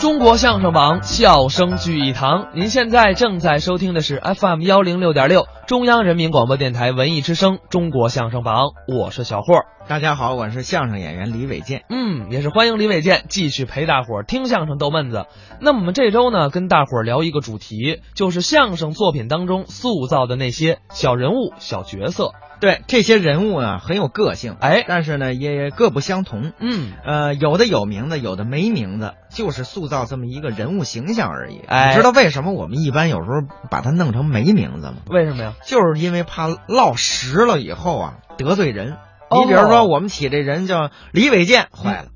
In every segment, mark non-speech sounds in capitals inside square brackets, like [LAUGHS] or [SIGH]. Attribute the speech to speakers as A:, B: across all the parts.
A: 中国相声榜，笑声聚一堂。您现在正在收听的是 FM 幺零六点六，中央人民广播电台文艺之声《中国相声榜》，我是小霍儿。
B: 大家好，我是相声演员李伟健。
A: 嗯，也是欢迎李伟健继续陪大伙儿听相声逗闷子。那么我们这周呢，跟大伙儿聊一个主题，就是相声作品当中塑造的那些小人物、小角色。
B: 对这些人物呢，很有个性，
A: 哎，
B: 但是呢，也各不相同。
A: 嗯，
B: 呃，有的有名字，有的没名字，就是塑造这么一个人物形象而已。
A: 哎
B: 你知道为什么我们一般有时候把它弄成没名字吗？
A: 为什么呀？
B: 就是因为怕落实了以后啊，得罪人。
A: 哦
B: 你比如说，我们起这人叫李伟健，坏了。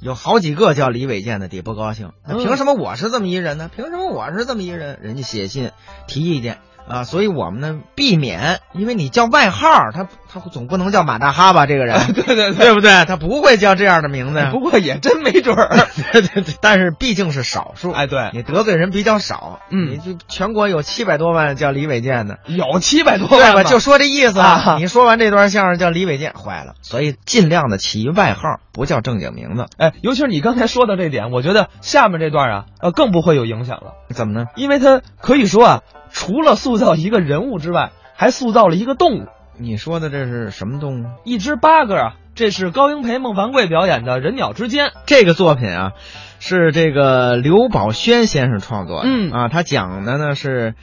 B: 有好几个叫李伟健的得不高兴，那
A: 嗯
B: 凭什么我是这么一人呢？凭什么我是这么一人？人家写信提意见啊，所以我们呢避免，因为你叫外号，他他总不能叫马大哈吧？这个人
A: [LAUGHS] 对对对，
B: 对不对？他不会叫这样的名
A: [LAUGHS]
B: 字呀。
A: 哎不过也真没准儿。
B: [LAUGHS] 对对对，但是毕竟是少数，
A: 哎，对，
B: 你得罪人比较少。
A: 嗯
B: 你就全国有七百多万叫李伟健的，
A: 有七百多
B: 对
A: 万
B: 吧？就说这意思
A: 啊
B: 你说完这段相声叫李伟健坏了，所以尽量的起一外号，不叫正经名字，
A: 哎，尤其是你刚才说的这点，我觉得下面这段啊，呃，更不会有影响了，
B: 怎么呢？
A: 因为它可以说啊，除了塑造一个人物之外，还塑造了一个动物，
B: 你说的这是什么动物？
A: 一只八哥啊。这是高英培、孟凡贵表演的《人鸟之间》。
B: 这个作品啊，是这个刘宝轩先生创作的。
A: 嗯
B: 啊，他讲的呢是，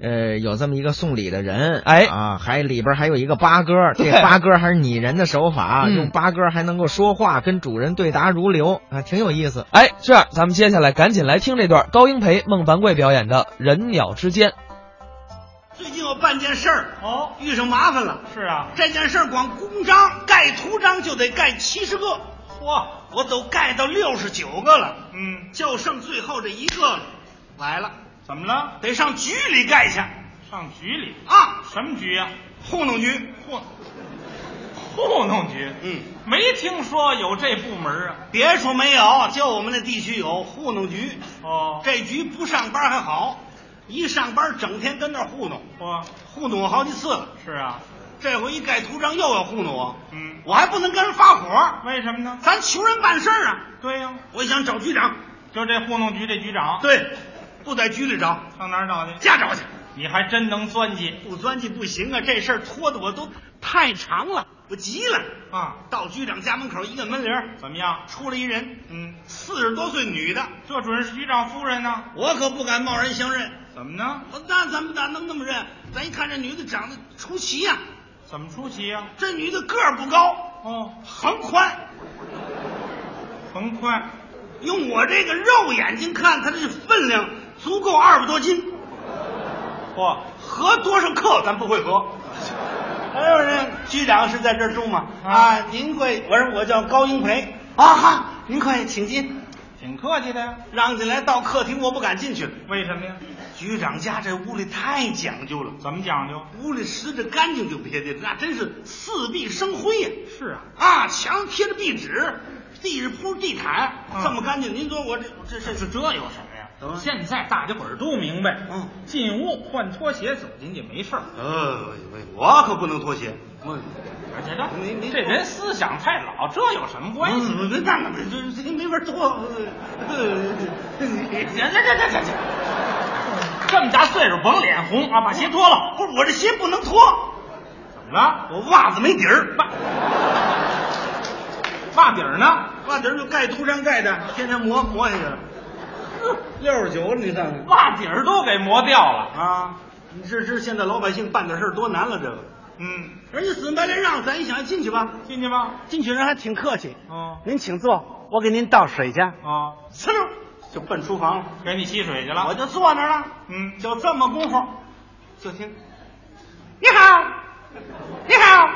B: 呃，有这么一个送礼的人，
A: 哎
B: 啊，还里边还有一个八
A: [LAUGHS]
B: 哥，这
A: 对
B: 八哥还是拟人的手法，啊
A: 嗯
B: 用八哥还能够说话，跟主人对答如流，啊，挺有意思。
A: 哎，这样咱们接下来赶紧来听这段高英培、孟凡贵表演的《人鸟之间》。
C: 最近我办件事儿，
D: 哦，
C: 遇上麻烦了。
D: 是啊，
C: 这件事儿光公章盖图章就得盖七十个，
D: 嚯，
C: 我都盖到六十九个了，
D: 嗯，
C: 就剩最后这一个了。来了，
D: 怎么了？
C: 得上局里盖去
D: 上局里？
C: 啊！
D: 什么局呀、
C: 糊弄局，
D: 嚯，糊弄局？
C: 嗯，
D: 没听说有这部门啊。
C: 别处没有，就我们那地区有糊弄局。
D: 哦，
C: 这局不上班还好，一上班整天跟那儿糊弄，
D: 嚯，
C: 糊弄我好几次了。
D: 是啊，
C: 这回一盖图章又要糊弄我，
D: 嗯
C: 我还不能跟人发火，
D: 为什么呢？
C: 咱求人办事儿啊。
D: 对呀、
C: 我想找局长，
D: 就这糊弄局这局长，
C: 对，不在局里找，
D: 上哪儿找去？
C: 家找去。
D: 你还真能钻进
C: 不钻进不行啊，这事儿拖得我都太长了，我急了。
D: 啊？
C: 到局长家门口一个门铃儿，
D: 怎么样？
C: 出来一人，
D: 嗯，
C: 四十多岁女的，
D: 这准是局长夫人呢、
C: 我可不敢贸然相认。
D: 怎么呢？
C: 我那咱们咋能那么认？咱一看这女的长得出奇呀、
D: 怎么出奇呀、
C: 这女的个儿不高，
D: 哦，
C: 横宽，
D: 冯宽，
C: 用我这个肉眼睛看，她这分量足够二百多斤，
D: 嚯，
C: 合多少克咱不会合。还有人，局长是在这儿住吗？
D: 啊
C: 啊，您贵，我说我叫高英培。啊哈，您快请进，
D: 挺客气的呀。
C: 让进来。到客厅我不敢进去了，
D: 为什么呀？
C: 局长家这屋里太讲究了，
D: 怎么讲究？
C: 屋里拾着干净就别的，那真是四壁生辉呀、
D: 是啊，
C: 啊，墙上贴着壁纸，地上铺着地毯，
D: 嗯
C: 这么干净。您说我这我这这这
D: 这这有什么呀
C: 怎么？
D: 现在大家伙儿都明白，
C: 嗯
D: 进屋换拖鞋走进去没事儿。
C: 呃，喂我可不能脱鞋。我
D: 而且这
C: 您您
D: 这人思想太老，这有什么关系？
C: 嗯那那这这这没法脱。呃呃
D: 这这这这这这，这么大岁数甭脸红啊，把鞋脱了。
C: 不是我这鞋不能脱，
D: 怎么了？
C: 我袜子没底儿，
D: 袜袜底儿呢？
C: 袜底儿就盖图章盖的，天天磨磨下去了。六十九，你看看
D: 袜底儿都给磨掉了。
C: 啊！你这这现在老百姓办点事儿多难了，这个
D: 嗯，
C: 人家死白赖让，咱一想进去吧，
D: 进去吧。
C: 进去人还挺客气，
D: 哦
C: 您请坐，我给您倒水去，
D: 哦，
C: 呲溜就奔厨房了，
D: 给你吸水去
C: 我
D: 了。
C: 就坐那儿了，
D: 嗯，
C: 就这么功夫，就听，你好，你好，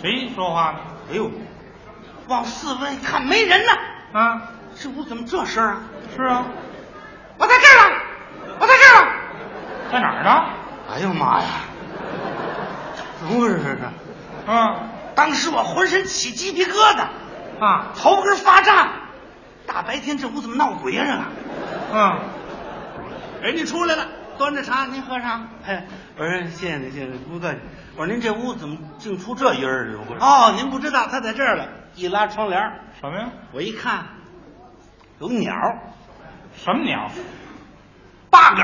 D: 谁说话呢？
C: 哎呦，往四围看没人呢，
D: 啊，
C: 这屋怎么这声啊？
D: 是啊，
C: 我在这儿了，我在这儿了。
D: 在哪儿呢？
C: 哎呦妈呀！不是不是，
D: 啊
C: 当时我浑身起鸡皮疙瘩，
D: 啊
C: 头根发胀。大白天这屋怎么闹鬼呀、啊
D: 嗯。
C: 这个人家出来了，端着茶，您喝茶。哎，我说谢谢您，谢谢您，不客气。我说您这屋怎么净出这音儿呢？哦，您不知道，他在这儿了。一拉窗帘儿，
D: 什么呀？
C: 我一看，有鸟儿，
D: 什么鸟？八哥。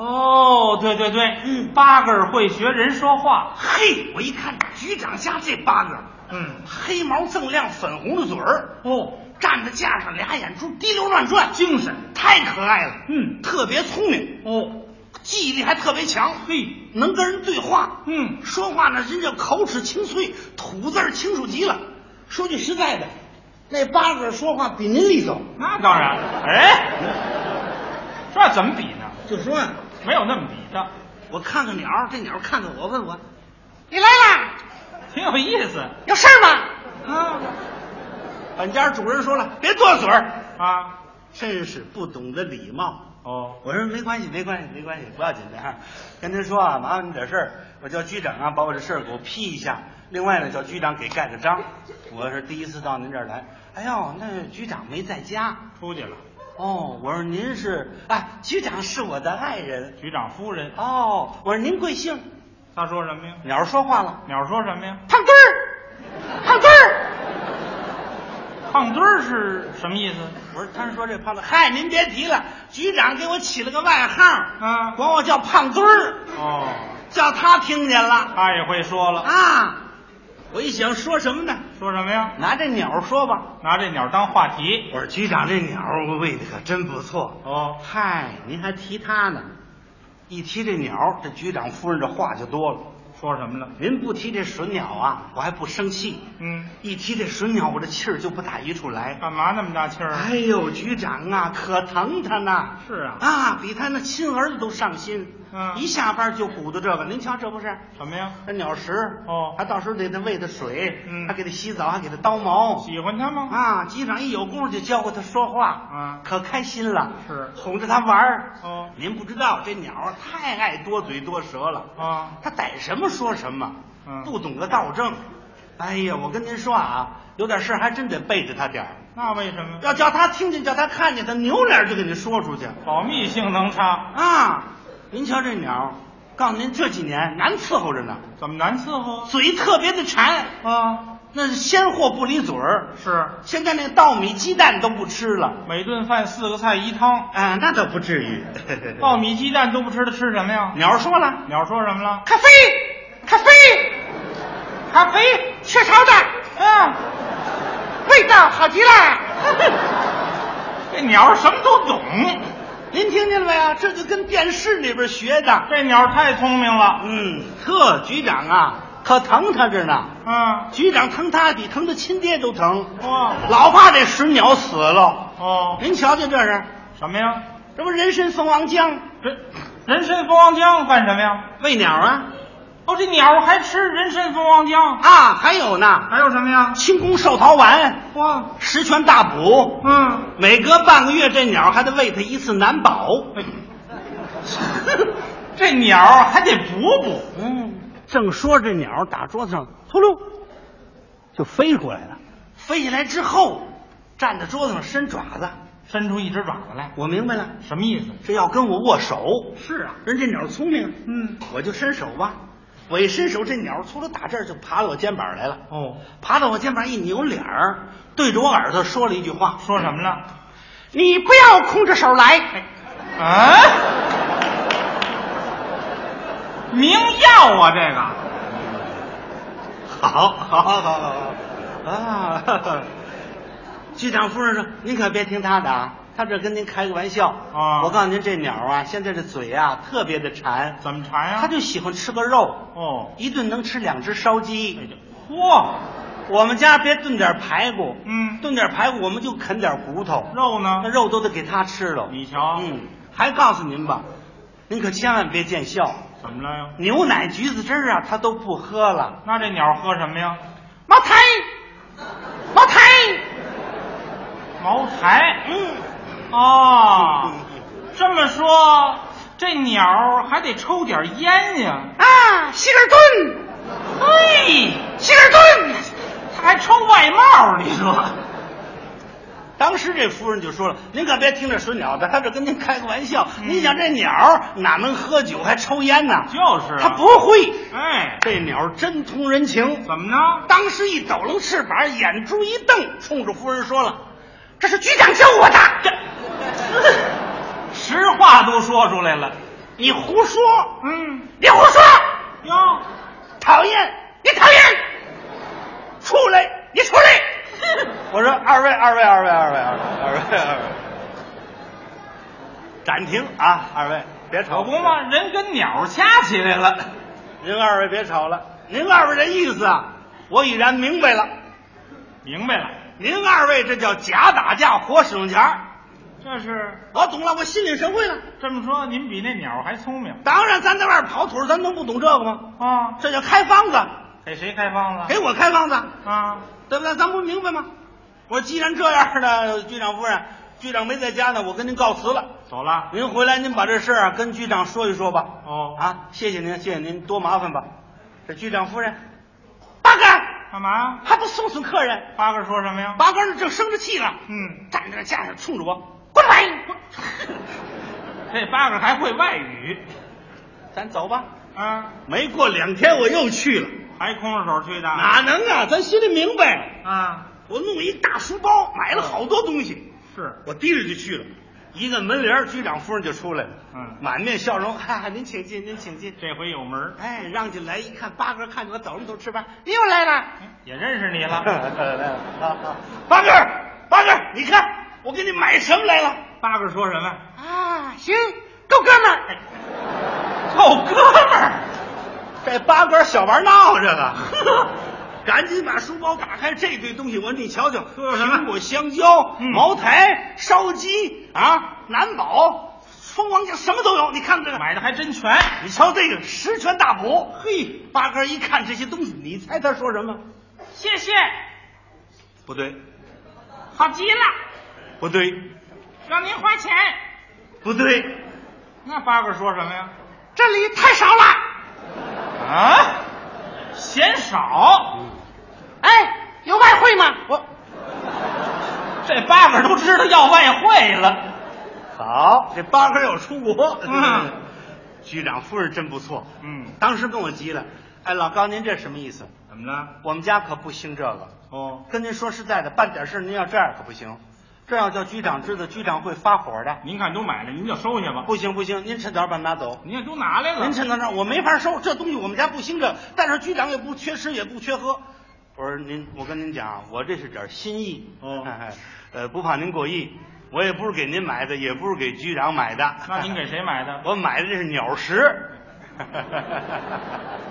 D: 哦，对对对，嗯，八哥儿会学人说话。
C: 嘿，我一看局长家这八个，
D: 嗯，
C: 黑毛锃亮，粉红的嘴儿，
D: 哦，
C: 站在架上俩眼珠滴溜乱转，
D: 精神。
C: 太可爱了。
D: 嗯
C: 特别聪明，
D: 哦，
C: 记忆力还特别强，
D: 嘿，
C: 能跟人对话。
D: 嗯
C: 说话呢，人家口齿清脆，吐字儿清楚极了。说句实在的，那八哥说话比您利索。
D: 那当
C: [LAUGHS]
D: 然。哎，这怎么比呢？
C: 就说啊，
D: 没有那么比的，
C: 我看看鸟儿，这鸟儿看看我，问我，你来啦，
D: 挺有意思
C: 有事儿吗？
D: 啊
C: 本家主人说了，别多嘴儿，
D: 啊！
C: 真是不懂得礼貌。
D: 哦，
C: 我说没关系，没关系，没关系，不要紧的哈。跟他说啊，麻烦你点事儿，我叫局长啊，把我这事儿给我批一下。另外呢，叫局长给盖个章。我是第一次到您这儿来，哎呦，那局长没在家
D: 出去了。
C: 哦。我说您是，哎，局长是我的爱人
D: 局长夫人，
C: 哦。我说您贵姓？
D: 他说什么呀？
C: 鸟儿说话了，
D: 鸟说什么呀？
C: 胖墩儿，胖墩儿。
D: 胖墩儿是什么意思？
C: 我说他说这胖墩儿，嗨，您别提了，局长给我起了个外号，
D: 啊
C: 管我叫胖墩儿，
D: 哦，
C: 叫他听见了。
D: 他也会说了。
C: 啊！我一想说什么呢？
D: 说什么呀？
C: 拿这鸟说吧。
D: 拿这鸟当话题。
C: 我说局长，这鸟喂的可真不错。
D: 哦，
C: 嗨，您还提它呢？一提这鸟，这局长夫人这话就多了。
D: 说什么了？
C: 您不提这损鸟啊，我还不生气；
D: 嗯，
C: 一提这损鸟，我这气儿就不打一处来。
D: 干嘛那么大气儿？
C: 哎呦，局长啊，可疼他呢！
D: 啊是啊
C: 啊，比他那亲儿子都上心。
D: 嗯
C: 一下班就鼓捣这个，您瞧这不是？
D: 什么呀？
C: 那鸟食
D: 哦
C: 还到时候得得喂它水，
D: 嗯
C: 还给它洗澡，还给它叨毛
D: 喜欢他吗？
C: 啊。机长一有功夫就教会它说话，
D: 啊
C: 可开心了，
D: 是
C: 哄着它玩儿。
D: 哦
C: 您不知道这鸟儿太爱多嘴多舌了，
D: 啊，
C: 它逮什么说什么，
D: 嗯
C: 不懂得道正。哎呀，我跟您说啊，有点事儿还真得背着它点儿，
D: 那为什么？
C: 要叫它听见，叫它看见，它扭脸就给您说出去
D: 保密性能差，
C: 啊。您瞧这鸟儿，告诉您这几年难伺候着呢，
D: 怎么难伺候
C: 嘴特别的馋。
D: 啊？
C: 那是鲜货不离嘴儿，
D: 是，
C: 现在那个稻米鸡蛋都不吃了，
D: 每顿饭四个菜一汤，
C: 啊，那倒不至于。
D: 稻米鸡蛋都不吃的吃什么呀？
C: 鸟说了，
D: 鸟说什么了？
C: 咖啡，咖啡，咖啡，雀巢的，嗯
D: 啊，
C: 味道好极了。
D: [LAUGHS] 这鸟什么都懂，
C: 您听见了没有？这就跟电视里边学的。
D: 这鸟太聪明了。
C: 嗯，呵，局长啊，可疼他着呢。
D: 啊，
C: 局长疼他比疼他亲爹都疼，
D: 哇，
C: 老怕这石鸟死了。
D: 哦，
C: 您瞧瞧这是，
D: 什么呀？
C: 这不人参蜂王浆
D: 人人参蜂王浆干什么呀？
C: 喂鸟啊？
D: 哦，这鸟还吃人参蜂王浆，
C: 啊，还有呢，
D: 还有什么呀？
C: 清宫寿桃丸，
D: 哇，
C: 十全大补。
D: 嗯，
C: 每隔半个月，这鸟还得喂它一次难保。 [LAUGHS]
D: 哎这鸟还得补补。
C: 嗯，正说着，这鸟打桌子上秃噜就飞过来了。飞起来之后，站在桌子上伸爪子。
D: 伸出一只爪子来，
C: 我明白了，
D: 什么意思？
C: 这要跟我握手。
D: 嗯是啊，
C: 人这鸟聪明，
D: 嗯，
C: 我就伸手吧。我一伸手，这鸟从头打这儿就爬到我肩膀来了。
D: 哦，
C: 爬到我肩膀一扭脸儿，对着我耳朵说了一句话
D: 说什么了？：“
C: 你不要空着手来。哎
D: 啊？明要啊，这个
C: 好，好，好，好，好啊！ [LAUGHS] 哈哈局长夫人说：“您可别听他的啊，他这跟您开个玩笑
D: 啊
C: 我告诉您，这鸟啊，现在这嘴啊特别的馋，
D: 怎么馋呀、
C: 它就喜欢吃个肉，
D: 哦，
C: 一顿能吃两只烧鸡。
D: 哎嚯，
C: 我们家别炖点排骨，
D: 嗯
C: 炖点排骨我们就啃点骨头，
D: 肉啊呢
C: 那？肉都得给它吃了。
D: 你瞧，
C: 嗯，还告诉您吧，您可千万别见笑，
D: 怎么了呀？
C: 牛奶、橘子汁儿啊，它都不喝了。”
D: 那这鸟喝什么呀？
C: 茅台，茅台，
D: 茅台。
C: 嗯，嗯，
D: 哦这么说，这鸟还得抽点烟呀？
C: 啊，希尔顿，
D: 嘿，
C: 希尔顿。
D: 它还抽外帽，你说？
C: 当时这夫人就说了：“您可别听这水鸟的，他这跟您开个玩笑。
D: 嗯
C: 您想这鸟儿哪能喝酒还抽烟呢？
D: 就是啊
C: 他不会。
D: 哎，
C: 这鸟儿真通人情。
D: 怎么呢？
C: 当时一抖楞翅膀，眼珠一瞪，冲着夫人说了：‘这是局长教我的。’这
D: [LAUGHS] 实话都说出来了，你胡说，嗯，
C: 你胡说！
D: 哟，
C: 讨厌，你讨厌！出来，你出
D: [LAUGHS]
C: 来！我说二位，二位，二位，二位，二位，二位，二位，暂停啊！二位别吵，
D: 可不嘛，人跟鸟掐起来了，
C: 您二位别吵了，您二位这意思啊，我已然明白了。
D: 明白了，
C: 您二位这叫假打架，活使用钱儿
D: 这是
C: 我懂了，我心领神会了。
D: 这么说，您比那鸟还聪明
C: 当然，咱在外边跑腿儿，咱能不懂这个吗？
D: 啊？
C: 这叫开方子，
D: 给谁开方了？
C: 给我开方子，
D: 啊，
C: 对不对？咱不明白吗？我说既然这样呢，局长夫人，局长没在家呢，我跟您告辞了。
D: 走了。
C: 您回来，您把这事儿啊跟局长说一说吧。
D: 哦
C: 啊，谢谢您，谢谢您，多麻烦吧。这局长夫人，八哥
D: 干嘛？
C: 还不送送客人？
D: 八哥说什么呀？
C: 八哥正生着气呢，
D: 嗯，
C: 站在架上冲着我，滚来！滚
D: 这八哥还会外语
C: [LAUGHS] 咱走吧。
D: 啊，
C: 没过两天我又去了，
D: 还空着手去的
C: 哪能啊？咱心里明白，
D: 啊？
C: 我弄一大书包，买了好多东西，
D: 是，
C: 我提着就去了。一个门帘，局长夫人就出来了，
D: 嗯
C: 满面笑容，哈哈，您请进，您请进。
D: 这回有门儿，
C: 哎，让进来一看，八哥看见我早上都吃饭，你又来了。
D: 也认识你
C: [LAUGHS]
D: 了。
C: 八哥儿，八哥儿，你看我给你买什么来了？
D: 八哥说什么？
C: 啊，行，够哥们儿。
D: 臭哥们儿，
C: 这八哥儿小玩闹，这个，赶紧把书包打开，这堆东西我说你瞧瞧，
D: 有什么
C: 苹果、香蕉、
D: 嗯
C: 茅台、烧鸡啊，南宝、蜂王浆，什么都有。你看这个，
D: 买的还真全。
C: 你瞧这个十全大补。嘿，八哥儿一看这些东西，你猜他说什么？
D: 谢谢，
C: 不对，
D: 好极了，
C: 不对，
D: 让您花钱。
C: 不对，
D: 那八哥说什么呀？
C: 这里太少了。
D: 啊，嫌少，
C: 嗯哎，有外汇吗？我
D: 这八哥都知道要外汇了。
C: 好，这八哥有出国。
D: 嗯
C: 局长夫人真不错，
D: 嗯，
C: 当时跟我急了。哎，老高，您这什么意思？
D: 怎么了？
C: 我们家可不兴这个。
D: 哦，
C: 跟您说实在的，办点事儿您要这样可不行，这要叫局长知道，局长会发火的。
D: 您看都买了，您就收下吧。
C: 不行不行，您趁早把它拿走。
D: 您也都拿来了。
C: [LAUGHS] 您趁早让我没法收这东西，我们家不兴这个。但是局长也不缺吃，也不缺喝。我说您，我跟您讲啊，我这是点心意。
D: 哦
C: 哎， [LAUGHS] 呃，不怕您过意，我也不是给您买的，也不是给局长买的。
D: 那您给谁买的？
C: [LAUGHS] 我买的这是鸟
D: [LAUGHS]
C: 食。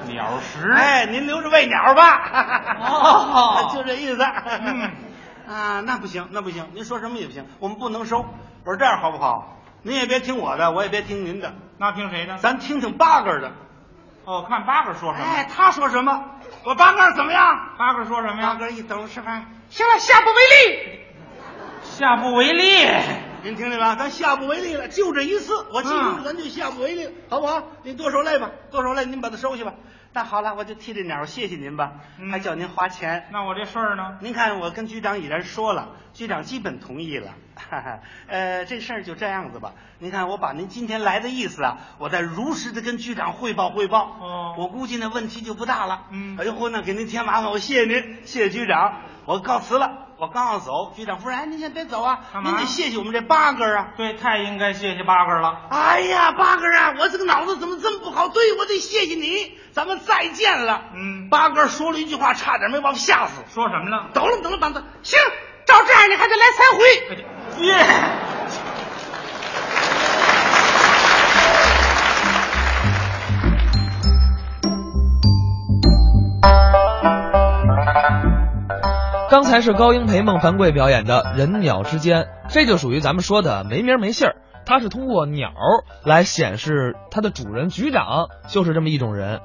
D: 鸟食。
C: 哎，您留着喂鸟吧。
D: 哦
C: [LAUGHS] 就这意思。
D: 嗯
C: [LAUGHS] 啊，那不行，那不行，您说什么也不行，我们不能收。我说这样好不好？您也别听我的，我也别听您的，
D: 那听谁的？
C: 咱听听八哥的。
D: 哦，看八哥说什么。
C: 哎，他说什么？我八哥怎么样？
D: 八哥说什么
C: 八
D: 呀？
C: 哥一等吃饭，行了，下不为例。
D: 下不为例。
C: 您听见吧？咱下不为例了，就这一次，我记住了，
D: 嗯
C: 咱就下不为例了，好不好？您多受累吧，多受累，您把它收下吧。那好了，我就替这鸟谢谢您吧，
D: 嗯
C: 还叫您花钱。
D: 那我这事儿呢？
C: 您看，我跟局长已然说了，局长基本同意了。 [LAUGHS] 哈哈，呃，这事儿就这样子吧。您看，我把您今天来的意思啊，我再如实的跟局长汇报汇报。
D: 哦
C: 我估计那问题就不大了。
D: 嗯
C: 哎呦嚯，那给您添麻烦，我谢谢您，谢谢局长，我告辞了。我刚要走，局长夫人，哎，您先别走啊，
D: 干嘛
C: 您得谢谢我们这八哥啊。
D: 对，太应该谢谢八哥了。
C: 哎呀，八哥啊，我这个脑子怎么这么不好？对，我得谢谢你，咱们再见了。
D: 嗯
C: 八哥说了一句话，差点没把我吓死。
D: 说什么了？
C: 等了等了，等了，行，照这样你还得来三回。
D: 耶！
A: 刚才是高英培、孟凡贵表演的《人鸟之间》，这就属于咱们说的没名没姓儿。它是通过鸟儿来显示它的主人局长就是这么一种人。